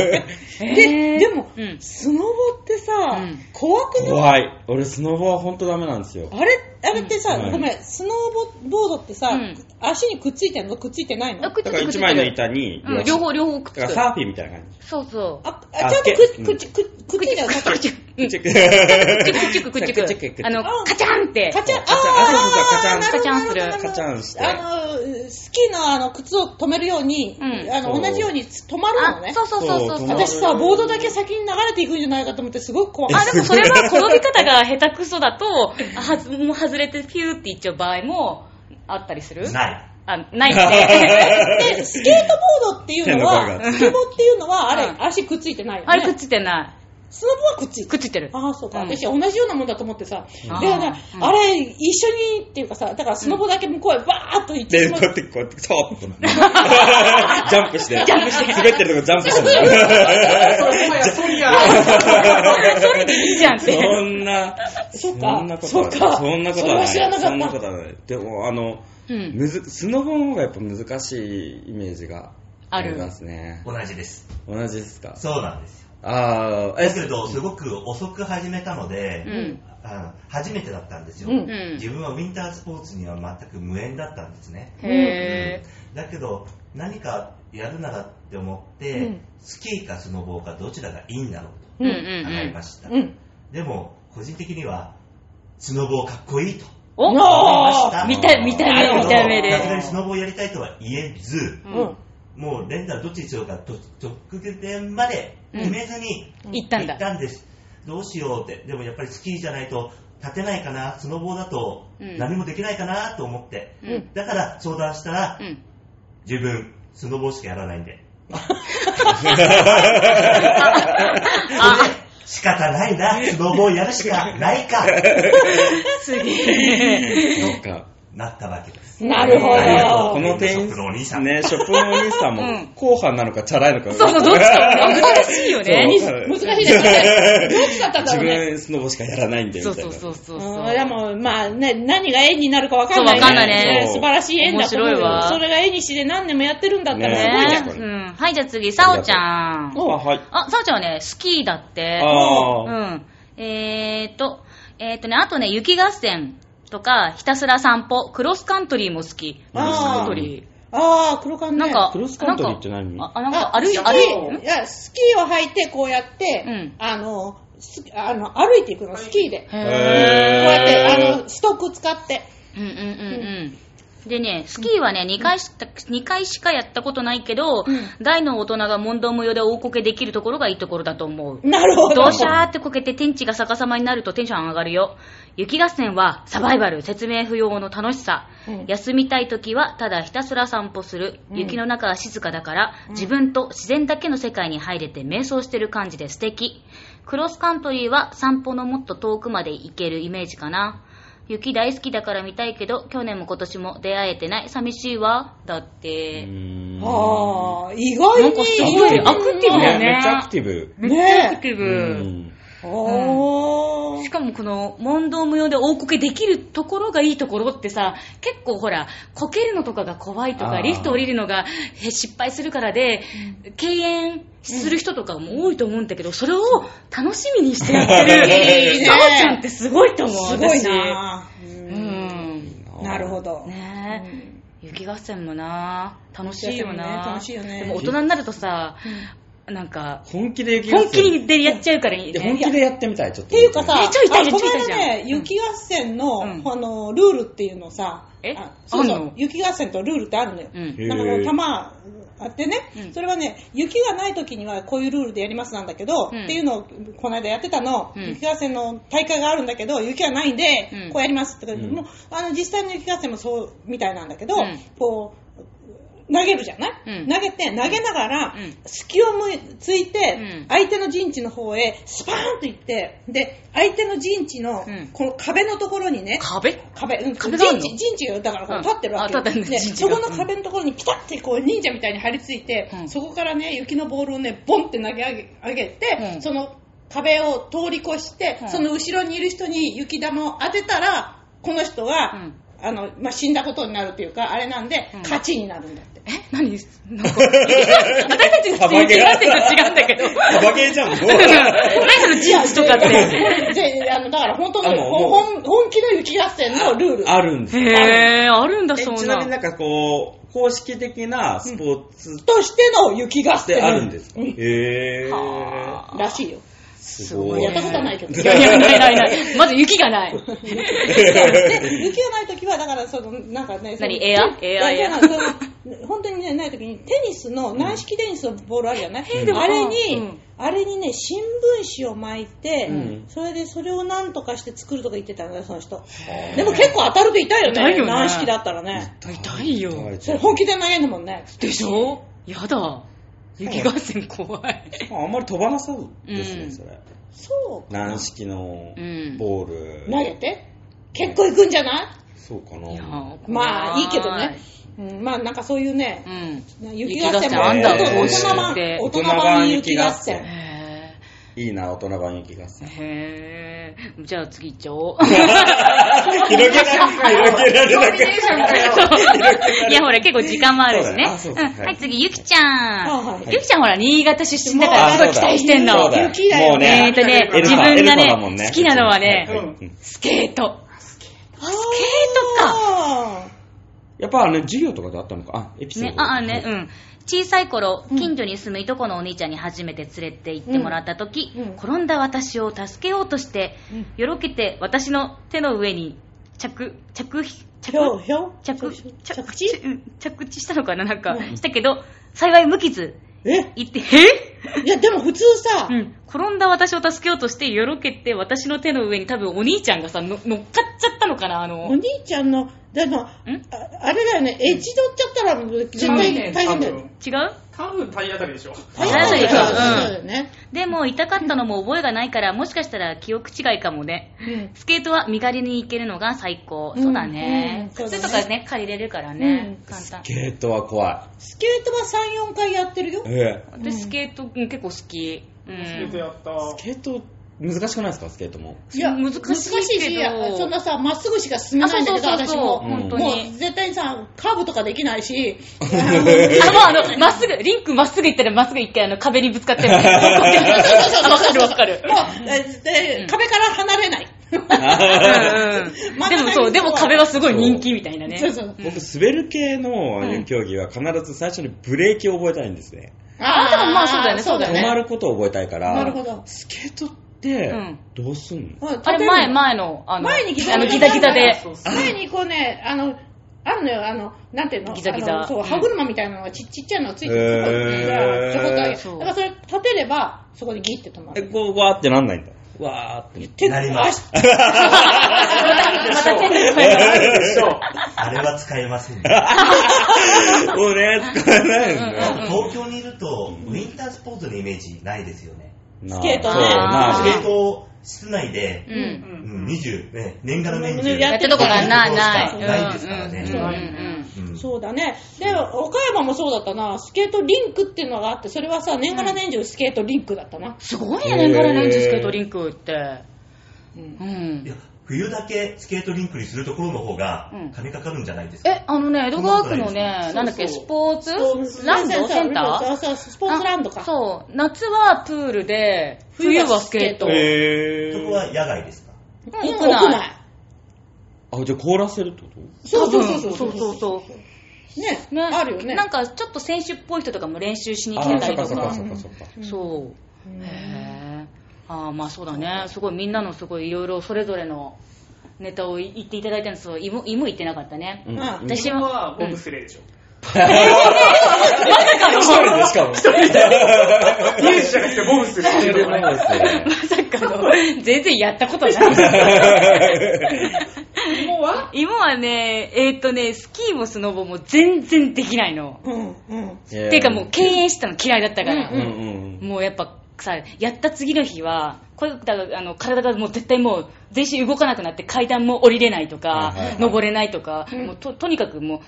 Speaker 3: ででも、
Speaker 1: うん
Speaker 3: スノボってさ、
Speaker 1: ん
Speaker 3: 怖くない
Speaker 2: 怖い。俺、スノボは本当ダメなんですよ。
Speaker 3: あれ、あれってさ、
Speaker 2: うん
Speaker 3: ごめん、スノーボボードってさ、
Speaker 1: うん
Speaker 3: 足にくっついてんのくっついてないの
Speaker 1: あ
Speaker 3: あ、
Speaker 1: くっつ
Speaker 2: だ
Speaker 1: い
Speaker 2: から
Speaker 1: てくっつ
Speaker 2: 一
Speaker 1: いて
Speaker 2: 枚の
Speaker 1: る
Speaker 2: 板に、
Speaker 1: うん、両方、両方くっつ
Speaker 2: だから
Speaker 1: く。
Speaker 2: サーフィンみたいな感じ。
Speaker 1: そうそう。
Speaker 3: あ
Speaker 2: あ
Speaker 3: ちゃんとくっ
Speaker 2: け
Speaker 3: くっつくっくっついてるの
Speaker 1: くっちゅく、うん
Speaker 2: チェック
Speaker 1: くっちゅく、くっちゅく、くっちゅく。あの、カチャンって。
Speaker 3: カチャン、
Speaker 2: カチャンあそうそう
Speaker 3: あー
Speaker 1: カチャン
Speaker 3: なるほどなるほど
Speaker 2: カチャンする
Speaker 3: なるほどあの、スキーのあの、靴を止めるように、
Speaker 1: うん
Speaker 3: あ
Speaker 2: そ
Speaker 3: の、
Speaker 2: う
Speaker 3: 同じように止まるの
Speaker 1: あ、
Speaker 3: ね
Speaker 1: そ。うそうそうそうそう。
Speaker 2: そう
Speaker 3: 私さ、ボードだけ先に流れていくんじゃないかと思って、すごく怖かっ
Speaker 1: あ、でもそれは転び方が下手くそだと、あはずもう外れてピューっていっちゃう場合もあったりするい。
Speaker 2: ない。
Speaker 1: あ、ないって。
Speaker 2: [laughs]
Speaker 3: た。で、スケートボードっていうの
Speaker 2: 手の甲
Speaker 3: は、
Speaker 2: が
Speaker 3: スケボーっていうのは、あ
Speaker 1: う
Speaker 3: れ、
Speaker 1: ん
Speaker 3: 足くっついてないよね。
Speaker 1: あれくっついてな
Speaker 3: スノボはくっついて
Speaker 1: い。
Speaker 3: る
Speaker 1: くっついてる。
Speaker 3: ああ、そうか。
Speaker 1: うん
Speaker 3: 私、同じようなもんだと思ってさ。
Speaker 1: ん
Speaker 3: だからね、
Speaker 1: うん
Speaker 3: あれ、一緒にっていうかさ、だからスノボだけ向こうへバーっと行って
Speaker 2: で、
Speaker 3: し
Speaker 2: こ
Speaker 3: ま
Speaker 2: うやって、こうやって、そ [laughs] ーっとなって。ジャンプして。ジャンプして。滑ってるとこジャンプしてる。
Speaker 1: それでいいじゃんって。
Speaker 2: そんな、
Speaker 3: そう
Speaker 2: そ
Speaker 3: か
Speaker 2: んなこと
Speaker 3: そう
Speaker 2: は
Speaker 3: か
Speaker 2: そんなことはない。
Speaker 3: それは知らなかった
Speaker 2: そんなことはない。でも、あの、
Speaker 1: うん
Speaker 2: むずスノボの方がやっぱ難しいイメージが
Speaker 1: ある
Speaker 2: りますね。
Speaker 5: 同じです。
Speaker 2: 同じですか
Speaker 5: そうなんですよ。
Speaker 2: あー、
Speaker 5: [laughs] だけど、すごく遅く始めたので、
Speaker 1: うん
Speaker 5: あの初めてだったんですよ、
Speaker 3: うん
Speaker 1: うん
Speaker 5: 自分はウィンタースポーツには全く無縁だったんですね。
Speaker 1: へ
Speaker 5: だけど、何かやるならって思って、
Speaker 3: うん
Speaker 5: スキーかスノボーかどちらがいいんだろ
Speaker 1: う
Speaker 5: うと
Speaker 1: んう
Speaker 5: 考えま
Speaker 1: ん
Speaker 5: した、
Speaker 3: うん。
Speaker 5: でも個人的にはスノボーかっこいいと
Speaker 1: うん。お
Speaker 5: 思いました
Speaker 1: 見た見た目
Speaker 5: だけど
Speaker 1: 見た目で
Speaker 5: さすがにスノボーやりたいとは言えず
Speaker 1: う
Speaker 3: うんん。うん。
Speaker 5: もうレンタルどっちにしようかと直前まで決めずに
Speaker 1: 行った
Speaker 5: 行
Speaker 1: ん
Speaker 5: っ
Speaker 1: だ。
Speaker 5: たんです、どうしようってでもやっぱりスキーじゃないと立てないかなスノボーだと
Speaker 1: うん
Speaker 5: 何もできないかなと思って、
Speaker 1: うん。うん。
Speaker 5: だから相談したら自分スノボーしかやらないんで
Speaker 1: あ、
Speaker 5: 仕方ないな、スノボをやるしかないか、
Speaker 1: すげえ。
Speaker 2: [laughs] なんか、
Speaker 5: なったわけです。
Speaker 3: なるほ
Speaker 2: ありがとうこ
Speaker 3: ど。
Speaker 2: の店員
Speaker 5: ショップのお兄さん
Speaker 2: ね、ショップのお兄さんも
Speaker 1: うん、
Speaker 2: 後半なのかチャラいのか。
Speaker 1: そうそう、どっちか難しいよね。
Speaker 2: そう
Speaker 3: 難しいですね。どっちだったんだ
Speaker 2: 自
Speaker 3: ろうね。
Speaker 2: 分スノボしかやらないんで、みた
Speaker 1: そう
Speaker 2: いな。
Speaker 1: そうそうそう。
Speaker 3: うんでも、まあね、何が縁になるか分かんない
Speaker 1: そうわかんないね
Speaker 3: 素晴らしい縁だと思う
Speaker 1: 面白いわ
Speaker 3: よ。それが縁にして何年もやってるんだったらすごいじゃん。
Speaker 2: ね
Speaker 1: ね。うん。はい、じゃあ次、さおちゃん
Speaker 2: あ。はい。
Speaker 1: あ、さおちゃんはね、スキーだって。う
Speaker 2: ああ。
Speaker 1: ん。えーっと、えーっとね、あとね、雪合戦とか、ひたすら散歩、クロスカントリーも好き。クロスカントリー。
Speaker 3: ああ、黒缶ね。
Speaker 1: なんか、
Speaker 2: クロスカントリーって何
Speaker 1: なんかあ、あなんか歩い、
Speaker 3: スキー
Speaker 1: 歩い、ん
Speaker 3: いや、スキーを履いて、こうやって、
Speaker 1: うん
Speaker 3: あの、スあの歩いていくの、スキーで。こう
Speaker 1: へ
Speaker 3: やって、
Speaker 2: へー
Speaker 3: あの、ストック使って。
Speaker 1: ー。うんうんうんうん。でね、スキーはね、2回した、二回しかやったことないけど、
Speaker 3: ん
Speaker 1: 大の大人が問答無用で大こけできるところがいいところだと思う。
Speaker 3: なるほど。
Speaker 1: どうしゃーってこけて天地が逆さまになるとテンション上がるよ。雪合戦はサバイバル、説明不要の楽しさ。
Speaker 3: うん
Speaker 1: 休みたい時はただひたすら散歩する。
Speaker 3: うん
Speaker 1: 雪の中は静かだから、自分と自然だけの世界に入れて瞑想してる感じで素敵。クロスカントリーは散歩のもっと遠くまで行けるイメージかな。雪大好きだから見たいけど、去年も今年も出会えてない。寂しいわ。だって。
Speaker 3: ああ、意外
Speaker 1: な
Speaker 3: に
Speaker 1: ん。かすごいアクティブだよね。
Speaker 2: めっちゃアクティブ。
Speaker 3: ブ。
Speaker 1: アク
Speaker 3: ねえ。
Speaker 1: ティブ。
Speaker 2: うん
Speaker 3: おー
Speaker 1: しかもこの問答無用で大こけできるところがいいところってさ結構ほらこけるのとかが怖いと
Speaker 2: あ
Speaker 1: か
Speaker 2: ー
Speaker 1: リフト降りるのがへ失敗するからで敬遠する人とかも多いと思うんだけど、それを楽しみにしてやって
Speaker 3: い
Speaker 1: る
Speaker 3: いね
Speaker 1: さおちゃんってすごいと思う
Speaker 3: すごい
Speaker 1: 私
Speaker 3: なう。
Speaker 1: うんん
Speaker 3: なるほど。
Speaker 1: ねえ、雪合戦もな楽しいよな、
Speaker 3: 楽しいよね
Speaker 1: でも大人になるとさ、なんか
Speaker 2: 本気で雪合
Speaker 1: 本
Speaker 2: 戦
Speaker 1: 気にでやっちゃうからいい
Speaker 2: いや
Speaker 1: ね
Speaker 2: 本気でやってみたい、ちょっ
Speaker 3: っ
Speaker 2: と。
Speaker 3: ていうかさ、
Speaker 1: えちょい痛い
Speaker 3: あ
Speaker 1: ちょい痛い
Speaker 3: この間ね
Speaker 1: じゃん
Speaker 3: 雪合戦の、
Speaker 1: うん
Speaker 3: あの、ルールっていうのさ、
Speaker 1: え
Speaker 3: あそうそ
Speaker 1: あん
Speaker 3: う
Speaker 1: の、
Speaker 3: 雪合戦とルールってあるのよ。
Speaker 1: うん
Speaker 2: へー
Speaker 3: だから、玉あってね、
Speaker 1: うん
Speaker 3: それはね、雪がない時にはこういうルールでやりますなんだけど、
Speaker 1: うん
Speaker 3: っていうのを、この間やってたの、
Speaker 1: うん
Speaker 3: 雪合戦の大会があるんだけど、雪がないんで、
Speaker 1: うん
Speaker 3: こうやりますって、
Speaker 2: ん
Speaker 3: もうあの、実際の雪合戦もそうみたいなんだけど、
Speaker 1: うん
Speaker 3: こう、投げるじゃない、
Speaker 1: うん
Speaker 3: 投げて、投げながら、
Speaker 1: うん
Speaker 3: 隙を向いついて、
Speaker 1: うん
Speaker 3: 相手の陣地の方へスパーンと行って、で、相手の陣地の
Speaker 1: うん、
Speaker 3: この壁のところにね、
Speaker 1: 壁
Speaker 3: 壁、うん、
Speaker 1: 壁がある
Speaker 3: 陣
Speaker 1: の
Speaker 3: 地、陣地がだからこ
Speaker 1: うん
Speaker 3: う立ってるわけ
Speaker 1: あ立ってるね
Speaker 3: で
Speaker 1: 陣地
Speaker 3: そ
Speaker 1: が
Speaker 3: この壁のところにピタッてこう忍者みたいに張り付いて、
Speaker 1: うん
Speaker 3: そこからね、雪のボールをね、ボンって投げ上げ上げて、
Speaker 1: うん
Speaker 3: その壁を通り越して、
Speaker 1: うん
Speaker 3: その後ろにいる人に雪玉を当てたら、この人が、
Speaker 1: うん
Speaker 3: あの、まあ、死んだことになるというか、あれなんで、
Speaker 1: うん
Speaker 3: 勝ちになるんだって。
Speaker 1: え何 [laughs] なんか、私たちの普通に違うっての違うんだけど。
Speaker 2: あバケーじゃん、もう。
Speaker 1: 何そのジーンズとかって。
Speaker 3: で、あの、だから本当の
Speaker 2: あもう
Speaker 3: 本本気の雪合戦のルール。
Speaker 2: あるんです
Speaker 1: へぇー、あるんだ、そ
Speaker 2: え
Speaker 1: ん
Speaker 2: ちな
Speaker 1: な
Speaker 2: みに。なんかこう、公式的なスポーツっ
Speaker 3: としての雪合戦。
Speaker 2: てあるんですか
Speaker 3: う
Speaker 2: へぇ
Speaker 1: は
Speaker 2: ー。
Speaker 3: らしいよ。
Speaker 2: す
Speaker 1: ご
Speaker 2: ご
Speaker 1: い
Speaker 2: い。
Speaker 3: やったことはない [laughs] けど。
Speaker 1: いやいや、ないないない。まず雪がない。
Speaker 3: で雪がない時は、だから、その、なんかね、その
Speaker 1: 何エア
Speaker 3: 手
Speaker 1: エアエア
Speaker 3: いや違うその本当にね、ない時に、テニスの、軟式テニスのボールあるじゃない、
Speaker 1: でも
Speaker 3: あれ
Speaker 1: う
Speaker 3: に
Speaker 1: ん、
Speaker 3: あれにね、新聞紙を巻いて、
Speaker 2: うん
Speaker 3: それでそれをなんとかして作るとか言ってたんだよ、その人。
Speaker 2: ー
Speaker 3: でも結構当たると痛いよ
Speaker 1: 痛い
Speaker 3: ね、
Speaker 1: よね
Speaker 3: 軟式だったらね。
Speaker 1: 痛いよ。
Speaker 3: それ本気で投げんのもんね。
Speaker 1: でしょやだ。雪合戦怖い。
Speaker 2: まああんまり飛ばなそうです
Speaker 1: う
Speaker 2: ね、
Speaker 1: ん
Speaker 2: それ。
Speaker 3: そうか。
Speaker 2: 軟式の
Speaker 1: うん
Speaker 2: ボール。
Speaker 3: 投げて。結構いくんじゃない
Speaker 2: そうか
Speaker 1: いや
Speaker 2: な。
Speaker 1: ー
Speaker 3: まあ、いいけどね。。うん、まあ、なんかそういうね、
Speaker 1: 怖いうん。
Speaker 3: 雪合戦も
Speaker 2: あんだ
Speaker 3: 大人版
Speaker 1: へー
Speaker 3: 大人版雪合戦
Speaker 1: へ
Speaker 2: いいな、大人版雪合
Speaker 1: [laughs] ー。
Speaker 2: 戦。
Speaker 1: へー。じゃあ次行っちゃ
Speaker 3: [laughs]
Speaker 1: おう。
Speaker 2: 広げられ、広げられなく
Speaker 1: そういやほら結構時間もあるしね。
Speaker 2: そううだよあそうそうんはい
Speaker 1: はい、次、ゆきちゃん
Speaker 3: はい。はい
Speaker 1: ゆきちゃんほら、新潟出身だから
Speaker 2: あ
Speaker 1: すごい期待してん
Speaker 2: そ
Speaker 1: の
Speaker 2: う。だよ
Speaker 3: 雪だよ
Speaker 2: もう
Speaker 1: えーとね、
Speaker 2: エル
Speaker 1: 自
Speaker 2: サ
Speaker 1: 分が
Speaker 2: エルサだもん
Speaker 1: ね、好きなのはね、
Speaker 2: いうん
Speaker 1: スケート。
Speaker 3: スケー
Speaker 1: トか
Speaker 3: か
Speaker 2: やっぱあの、授業とかであったのか。あ、エピソー
Speaker 1: ね
Speaker 2: ド。、
Speaker 1: ああね、うん。小さい頃、
Speaker 3: うん
Speaker 1: 近所に住むいとこのお兄ちゃんに初めて連れて行ってもらった時、
Speaker 3: うんうん
Speaker 1: 転んだ私を助けようとして、
Speaker 3: うん
Speaker 1: よろけて私の手の上に着、着、着、
Speaker 3: ひょうひょう
Speaker 1: 着、
Speaker 3: 着
Speaker 1: 着
Speaker 3: 地
Speaker 1: うん着地したのかななんか、
Speaker 3: うん
Speaker 1: したけど、幸い無傷。
Speaker 3: え
Speaker 1: いって、え
Speaker 3: いや、でも普通さ、
Speaker 1: うん、転んだ私を助けようとして、よろけて、私の手の上に多分お兄ちゃんがさ、の乗っかっちゃったのかな、あ
Speaker 3: お
Speaker 1: の、
Speaker 3: 兄ちゃんの、でも、あ
Speaker 1: ん
Speaker 3: あれだよね、エッジ取っちゃったら絶対大変だよね。
Speaker 1: 違う
Speaker 4: 多分体当たりでしょ。
Speaker 3: 大
Speaker 1: 分
Speaker 3: 変だよね。
Speaker 1: 多分
Speaker 3: そうだよね。
Speaker 1: でも、痛かったのも覚えがないから、もしかしたら記憶違いかもね。
Speaker 3: うん
Speaker 1: スケートは身軽に行けるのが最高。
Speaker 3: うん
Speaker 1: そうだね。
Speaker 3: うんそうだ
Speaker 1: 靴
Speaker 3: ね
Speaker 1: とかね、借りれるからね。
Speaker 3: うん
Speaker 1: 簡単。
Speaker 2: ゲートは怖
Speaker 3: スケートは3、4回やってるよ
Speaker 2: い。。ええ
Speaker 1: 私、スケート、うん結構好き。う
Speaker 4: 全て
Speaker 1: ん。
Speaker 4: やっ
Speaker 2: ス
Speaker 4: た。
Speaker 2: ケート、難しくないですかスケー
Speaker 1: [laughs]
Speaker 2: トも。
Speaker 3: いや、
Speaker 1: 難
Speaker 3: 難
Speaker 1: し
Speaker 3: し
Speaker 1: い
Speaker 3: い
Speaker 1: けど
Speaker 3: し、そんなさ、まっすぐしか進めないんだけど、
Speaker 1: あそうそうそう
Speaker 3: 私も。
Speaker 1: そう
Speaker 2: 本当
Speaker 1: に
Speaker 3: もう絶対にさ、カーブとかできないし、
Speaker 1: [laughs] あ、もうあの、まっすぐ、リンクまっすぐ行ったらまっすぐ一回あの壁にぶつかって
Speaker 3: [laughs]
Speaker 1: るね。あわかるわかる。
Speaker 3: もう、えで
Speaker 1: うん
Speaker 3: 壁から離れない。
Speaker 1: うんうんでもそう、でも壁はすごい人気みたいなね。
Speaker 3: そうそう。
Speaker 2: 僕、滑る系の競技は必ず最初にブレーキを覚えたいんですね。
Speaker 1: あでもまあそうだよねそうだよ
Speaker 2: 止ま
Speaker 1: ね
Speaker 2: ることを覚えたいから。
Speaker 3: なるほど
Speaker 2: スケートって
Speaker 1: うん、
Speaker 2: どうすんの、
Speaker 3: うん
Speaker 1: あれ前、
Speaker 3: 立てる
Speaker 1: 前の、あの、
Speaker 3: 前にギザ
Speaker 1: あの
Speaker 3: ギ
Speaker 1: ギ
Speaker 3: ザ
Speaker 1: ザギザで。
Speaker 4: そうそう
Speaker 3: 前にこうね、あの、あるのよ、あの、なんていうの
Speaker 1: ギザギザ
Speaker 3: あのそうう、
Speaker 1: ん
Speaker 3: 歯車みたいなのがちちっちゃいのがついて
Speaker 2: へ
Speaker 3: る。
Speaker 2: ー
Speaker 3: そこにさちょこっとあげ
Speaker 1: そ
Speaker 3: だ
Speaker 1: う
Speaker 3: からそれ立てれば、そこでギって止ま
Speaker 2: え、
Speaker 3: る。
Speaker 2: こう、わーってなんないんだ。わーって。 [laughs]
Speaker 3: 手
Speaker 5: なります
Speaker 1: [laughs]
Speaker 3: 足
Speaker 1: また手に加えた
Speaker 2: でしょ。
Speaker 5: あれは使えませんね。
Speaker 2: もうね、使えないです
Speaker 1: うんうん
Speaker 2: ね。
Speaker 5: 東京にいると、ウィンタースポーツのイメージないですよね。
Speaker 2: なあ
Speaker 3: スケートね
Speaker 2: そうな
Speaker 1: あ
Speaker 5: ス
Speaker 1: ー
Speaker 5: ケートを室内で、
Speaker 1: う。
Speaker 4: うん。
Speaker 5: うんん、20、ね、年がら年中。
Speaker 1: や
Speaker 3: や
Speaker 1: っ
Speaker 3: ってて
Speaker 1: る
Speaker 3: る
Speaker 1: とこ
Speaker 3: とこ
Speaker 1: が
Speaker 3: が
Speaker 1: な、
Speaker 5: ないい
Speaker 1: ない。
Speaker 5: ないですからね
Speaker 1: うんうん
Speaker 3: ない
Speaker 1: うん
Speaker 5: うん
Speaker 3: そうだね。で、岡山もそうだったな。スケートリンクっていうのがあって、それはさ、年がら年中スケートリンクだったな。
Speaker 1: すごいね、年から年中スケートリンクって。
Speaker 3: うん
Speaker 1: うん
Speaker 5: いや。冬だけスケートリンクにするところの方が
Speaker 1: うん
Speaker 5: 金かかるんじゃないですか、
Speaker 1: え、あのね、江戸川区のね、
Speaker 3: そうそう
Speaker 1: なんだっけ、スポーツランドセンター
Speaker 3: そうそう、スポーツランド
Speaker 1: あ
Speaker 3: か。
Speaker 1: そう。夏はプールで、冬はスケート。
Speaker 3: 冬は
Speaker 2: へ
Speaker 5: そこは野外ですか
Speaker 1: うん
Speaker 3: うん
Speaker 1: 屋内。
Speaker 2: あ、じゃあ凍らせるってこと
Speaker 3: そうそうそうそう。
Speaker 1: 多分そうそう
Speaker 3: ね、
Speaker 1: ね、
Speaker 3: あるよね。
Speaker 1: なんかちょっと選手っぽい人とかも練習しに
Speaker 2: あ
Speaker 1: 来て
Speaker 2: ー、
Speaker 1: た
Speaker 2: そっ
Speaker 1: り
Speaker 2: か
Speaker 1: と
Speaker 2: そっ
Speaker 1: か
Speaker 2: か。そっかそっか。
Speaker 3: うん
Speaker 1: そうう。
Speaker 3: ん
Speaker 1: へえ。ああ、まあそうだね。すごいみんなのすごいいろいろそれぞれのネタを言っていただいたんですけど、芋芋言ってなかった
Speaker 2: [laughs]
Speaker 1: ね。
Speaker 2: うん
Speaker 3: あ
Speaker 1: 私
Speaker 4: 今
Speaker 1: は、
Speaker 4: はボブスレーでしょ。
Speaker 2: 一人でしかも。一人で
Speaker 4: イメージじゃなくてボブスレーでし
Speaker 2: [laughs]
Speaker 4: ょ。
Speaker 2: もですね
Speaker 1: ま。さかの、全然やったことない。
Speaker 3: 芋は
Speaker 1: 芋はね、えーっとね、スキーもスノボも全然できないの。
Speaker 3: うん、うん。
Speaker 1: [laughs]
Speaker 2: えー
Speaker 1: ていうかもう敬遠してたの嫌いだったから。
Speaker 2: うんうん
Speaker 1: もうやっぱさ、やった次の日は、これだからあの体がもう絶対もう全身動かなくなって階段も降りれないとか、
Speaker 2: はいはいはい
Speaker 1: 登れないとか、
Speaker 3: うん
Speaker 1: もうととにかくもう、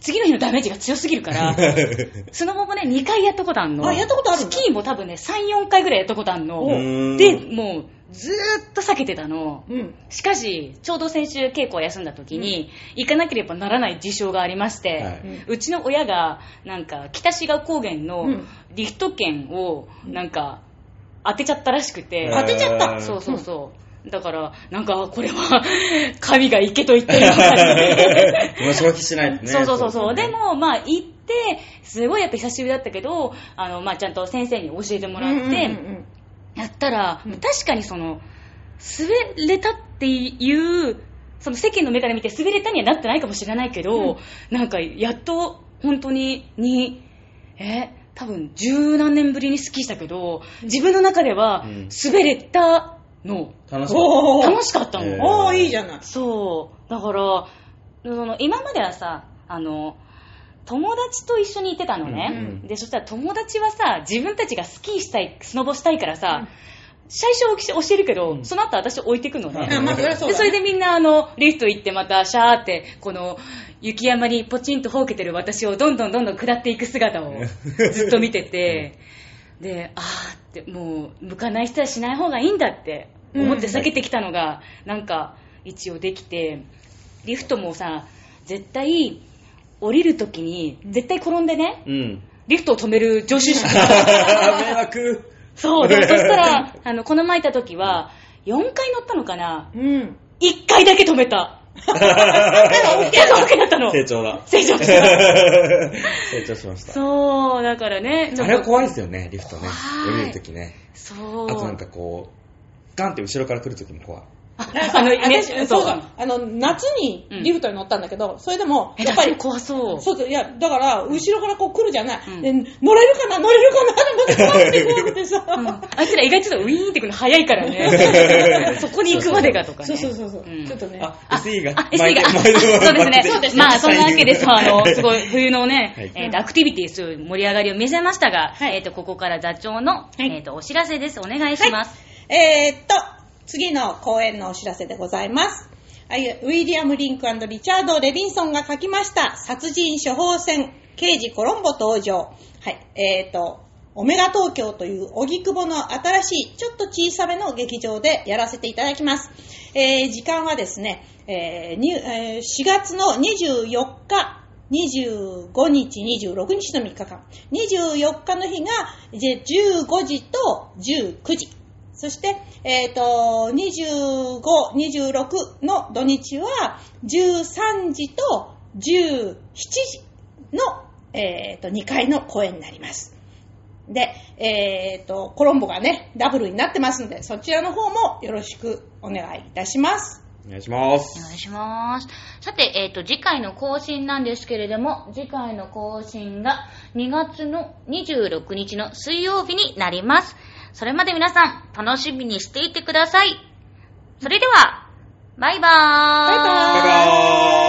Speaker 1: 次の日のダメージが強すぎる
Speaker 2: [laughs]
Speaker 1: から、スノボもね、2回やったことあんの。
Speaker 3: あやったことある
Speaker 1: ス
Speaker 3: んだ
Speaker 1: キーも多分ね、3、4回ぐらいやったことあんの
Speaker 2: う。ん。
Speaker 1: で、もう、ずーっと避けてたの。
Speaker 3: うん。
Speaker 1: しかし、ちょうど先週稽古を休んだ時に、行かなければならない事象がありまして、
Speaker 2: は
Speaker 1: う
Speaker 2: い
Speaker 1: ちの親が、なんか、北志賀高原の
Speaker 3: うん
Speaker 1: リフト券を、なんか、当てちゃったらしくて、
Speaker 2: 当てちゃった
Speaker 1: そうそうそう。だから、なんか、これは、 [laughs] 神が行けと言ってるのかって
Speaker 2: もう消費しないとね。
Speaker 1: [laughs] そうそうそうそう。でも、
Speaker 2: も、
Speaker 1: まあ、行って、すごいやっぱ久しぶりだったけど、あの、まあ、ちゃんと先生に教えてもらって、
Speaker 3: うん
Speaker 1: やったら、
Speaker 3: うん
Speaker 1: 確かにその、滑れたっていう、その世間の目から見て滑れたにはなってないかもしれないけど、なんかやっと本当に、に、え、多分十何年ぶりにスキーしたけど、自分の中では
Speaker 2: うん
Speaker 1: 滑れたの、
Speaker 2: 楽しかっ
Speaker 3: おー
Speaker 1: 楽しかったの。
Speaker 2: へー
Speaker 3: おー、いいじゃない。
Speaker 1: そう。だから、その今まではさ、あの、友達と一緒に行ってたのね。
Speaker 2: うんうん
Speaker 1: で、そしたら友達はさ、自分たちがスキーしたい、スノボしたいからさ、最初教えるけど、その後私置いてくの
Speaker 2: [laughs]
Speaker 1: ね。
Speaker 3: あまあ、そりゃそう
Speaker 1: で
Speaker 3: だ
Speaker 1: それ
Speaker 3: ね。
Speaker 1: でみんなあの、リフト行ってまたシャーって、この、雪山にポチンとほうけてる私をどんどんどんどん下っていく姿
Speaker 3: [laughs]
Speaker 1: をずっと見てて、で、あーって、もう、向かない人はしない方がいいんだって思って避けてきたのが、なんか、一応できて、リフトもさ、絶対、降りるときに、絶対転んでね、
Speaker 2: た。
Speaker 1: [laughs]
Speaker 2: うん。
Speaker 1: リフトを止める常習者が
Speaker 2: あー
Speaker 3: [laughs]
Speaker 2: 迷惑。
Speaker 1: そう、でもそしたら、あの、この前いた時は、4回乗ったのかな
Speaker 3: うん。
Speaker 2: [laughs]
Speaker 1: ?1 回だけ止めた。
Speaker 3: 大きな大きだったの。
Speaker 2: 成長だ。
Speaker 3: 成
Speaker 2: [laughs]
Speaker 3: 長した。
Speaker 2: 成長しました。
Speaker 1: そう、だからね、
Speaker 2: あれは
Speaker 1: と。
Speaker 2: 怖いですよね、リフトね。
Speaker 1: 怖い
Speaker 2: 降りるときね。
Speaker 1: そう。
Speaker 2: あとなんかこう、ガンって後ろから来るときも怖い。
Speaker 1: あの、ね、
Speaker 3: 私そう
Speaker 1: そう
Speaker 3: だ。あの、夏にリフトに乗ったんだけど、それでも、
Speaker 1: え、
Speaker 3: や
Speaker 1: や
Speaker 3: っ
Speaker 1: っ
Speaker 3: ぱ
Speaker 1: ぱ
Speaker 3: り
Speaker 1: り、怖そう。
Speaker 3: そうそう、いや、だから、後ろからこう来るじゃない。
Speaker 1: うん
Speaker 3: で乗れるかな乗れるかなと思って、怖くて怖くて
Speaker 1: うん
Speaker 3: さ。
Speaker 1: あいつら意外とちょっとウィーンってくるの早いから
Speaker 2: [laughs]
Speaker 1: ね。そこに行くまでがとかね。
Speaker 3: そうそうそうそう、
Speaker 1: うん
Speaker 3: ちょっとね。
Speaker 2: あ、SE が。
Speaker 1: あ、SE が。
Speaker 2: 前で前で
Speaker 1: そうですね。
Speaker 2: 前 [laughs] で
Speaker 1: まあ、そんなわけでさ、あ
Speaker 2: [laughs]
Speaker 1: の、すごい冬のね、
Speaker 2: はい
Speaker 1: えっと、アクティビティ、そういう盛り上がりを見せましたが、
Speaker 3: はい
Speaker 1: えっと、ここから座長の、
Speaker 3: い
Speaker 1: えっと、お知らせです。お願いします。
Speaker 3: えーっと、次の公演のお知らせでございます。あいウィリアム・リンクリチャード・レビンソンが書きました、殺人処方箋、刑事コロンボ登場。はい、えーっと、オメガ東京という荻窪の新しい、ちょっと小さめの劇場でやらせていただきます。えー時間はですね、えーにえー4月の24日、25日、26日の3日間。24日の日が、で15時と19時。そして、えっ、と、25、26の土日は、13時と17時の、えっ、と、2回の公演になります。で、えっ、と、コロンボがね、ダブルになってますので、そちらの方もよろしくお願いいたします。
Speaker 2: お願いし
Speaker 1: お
Speaker 2: ま
Speaker 1: 願
Speaker 2: す。
Speaker 1: いします。さて、えっと、次回の更新なんですけれども、次回の更新が2月の26日の水曜日になります。それまで皆さん、楽しみにしていてください。それでは、バイバーイ。
Speaker 3: バイバー
Speaker 2: バ
Speaker 3: イ
Speaker 2: イバーイ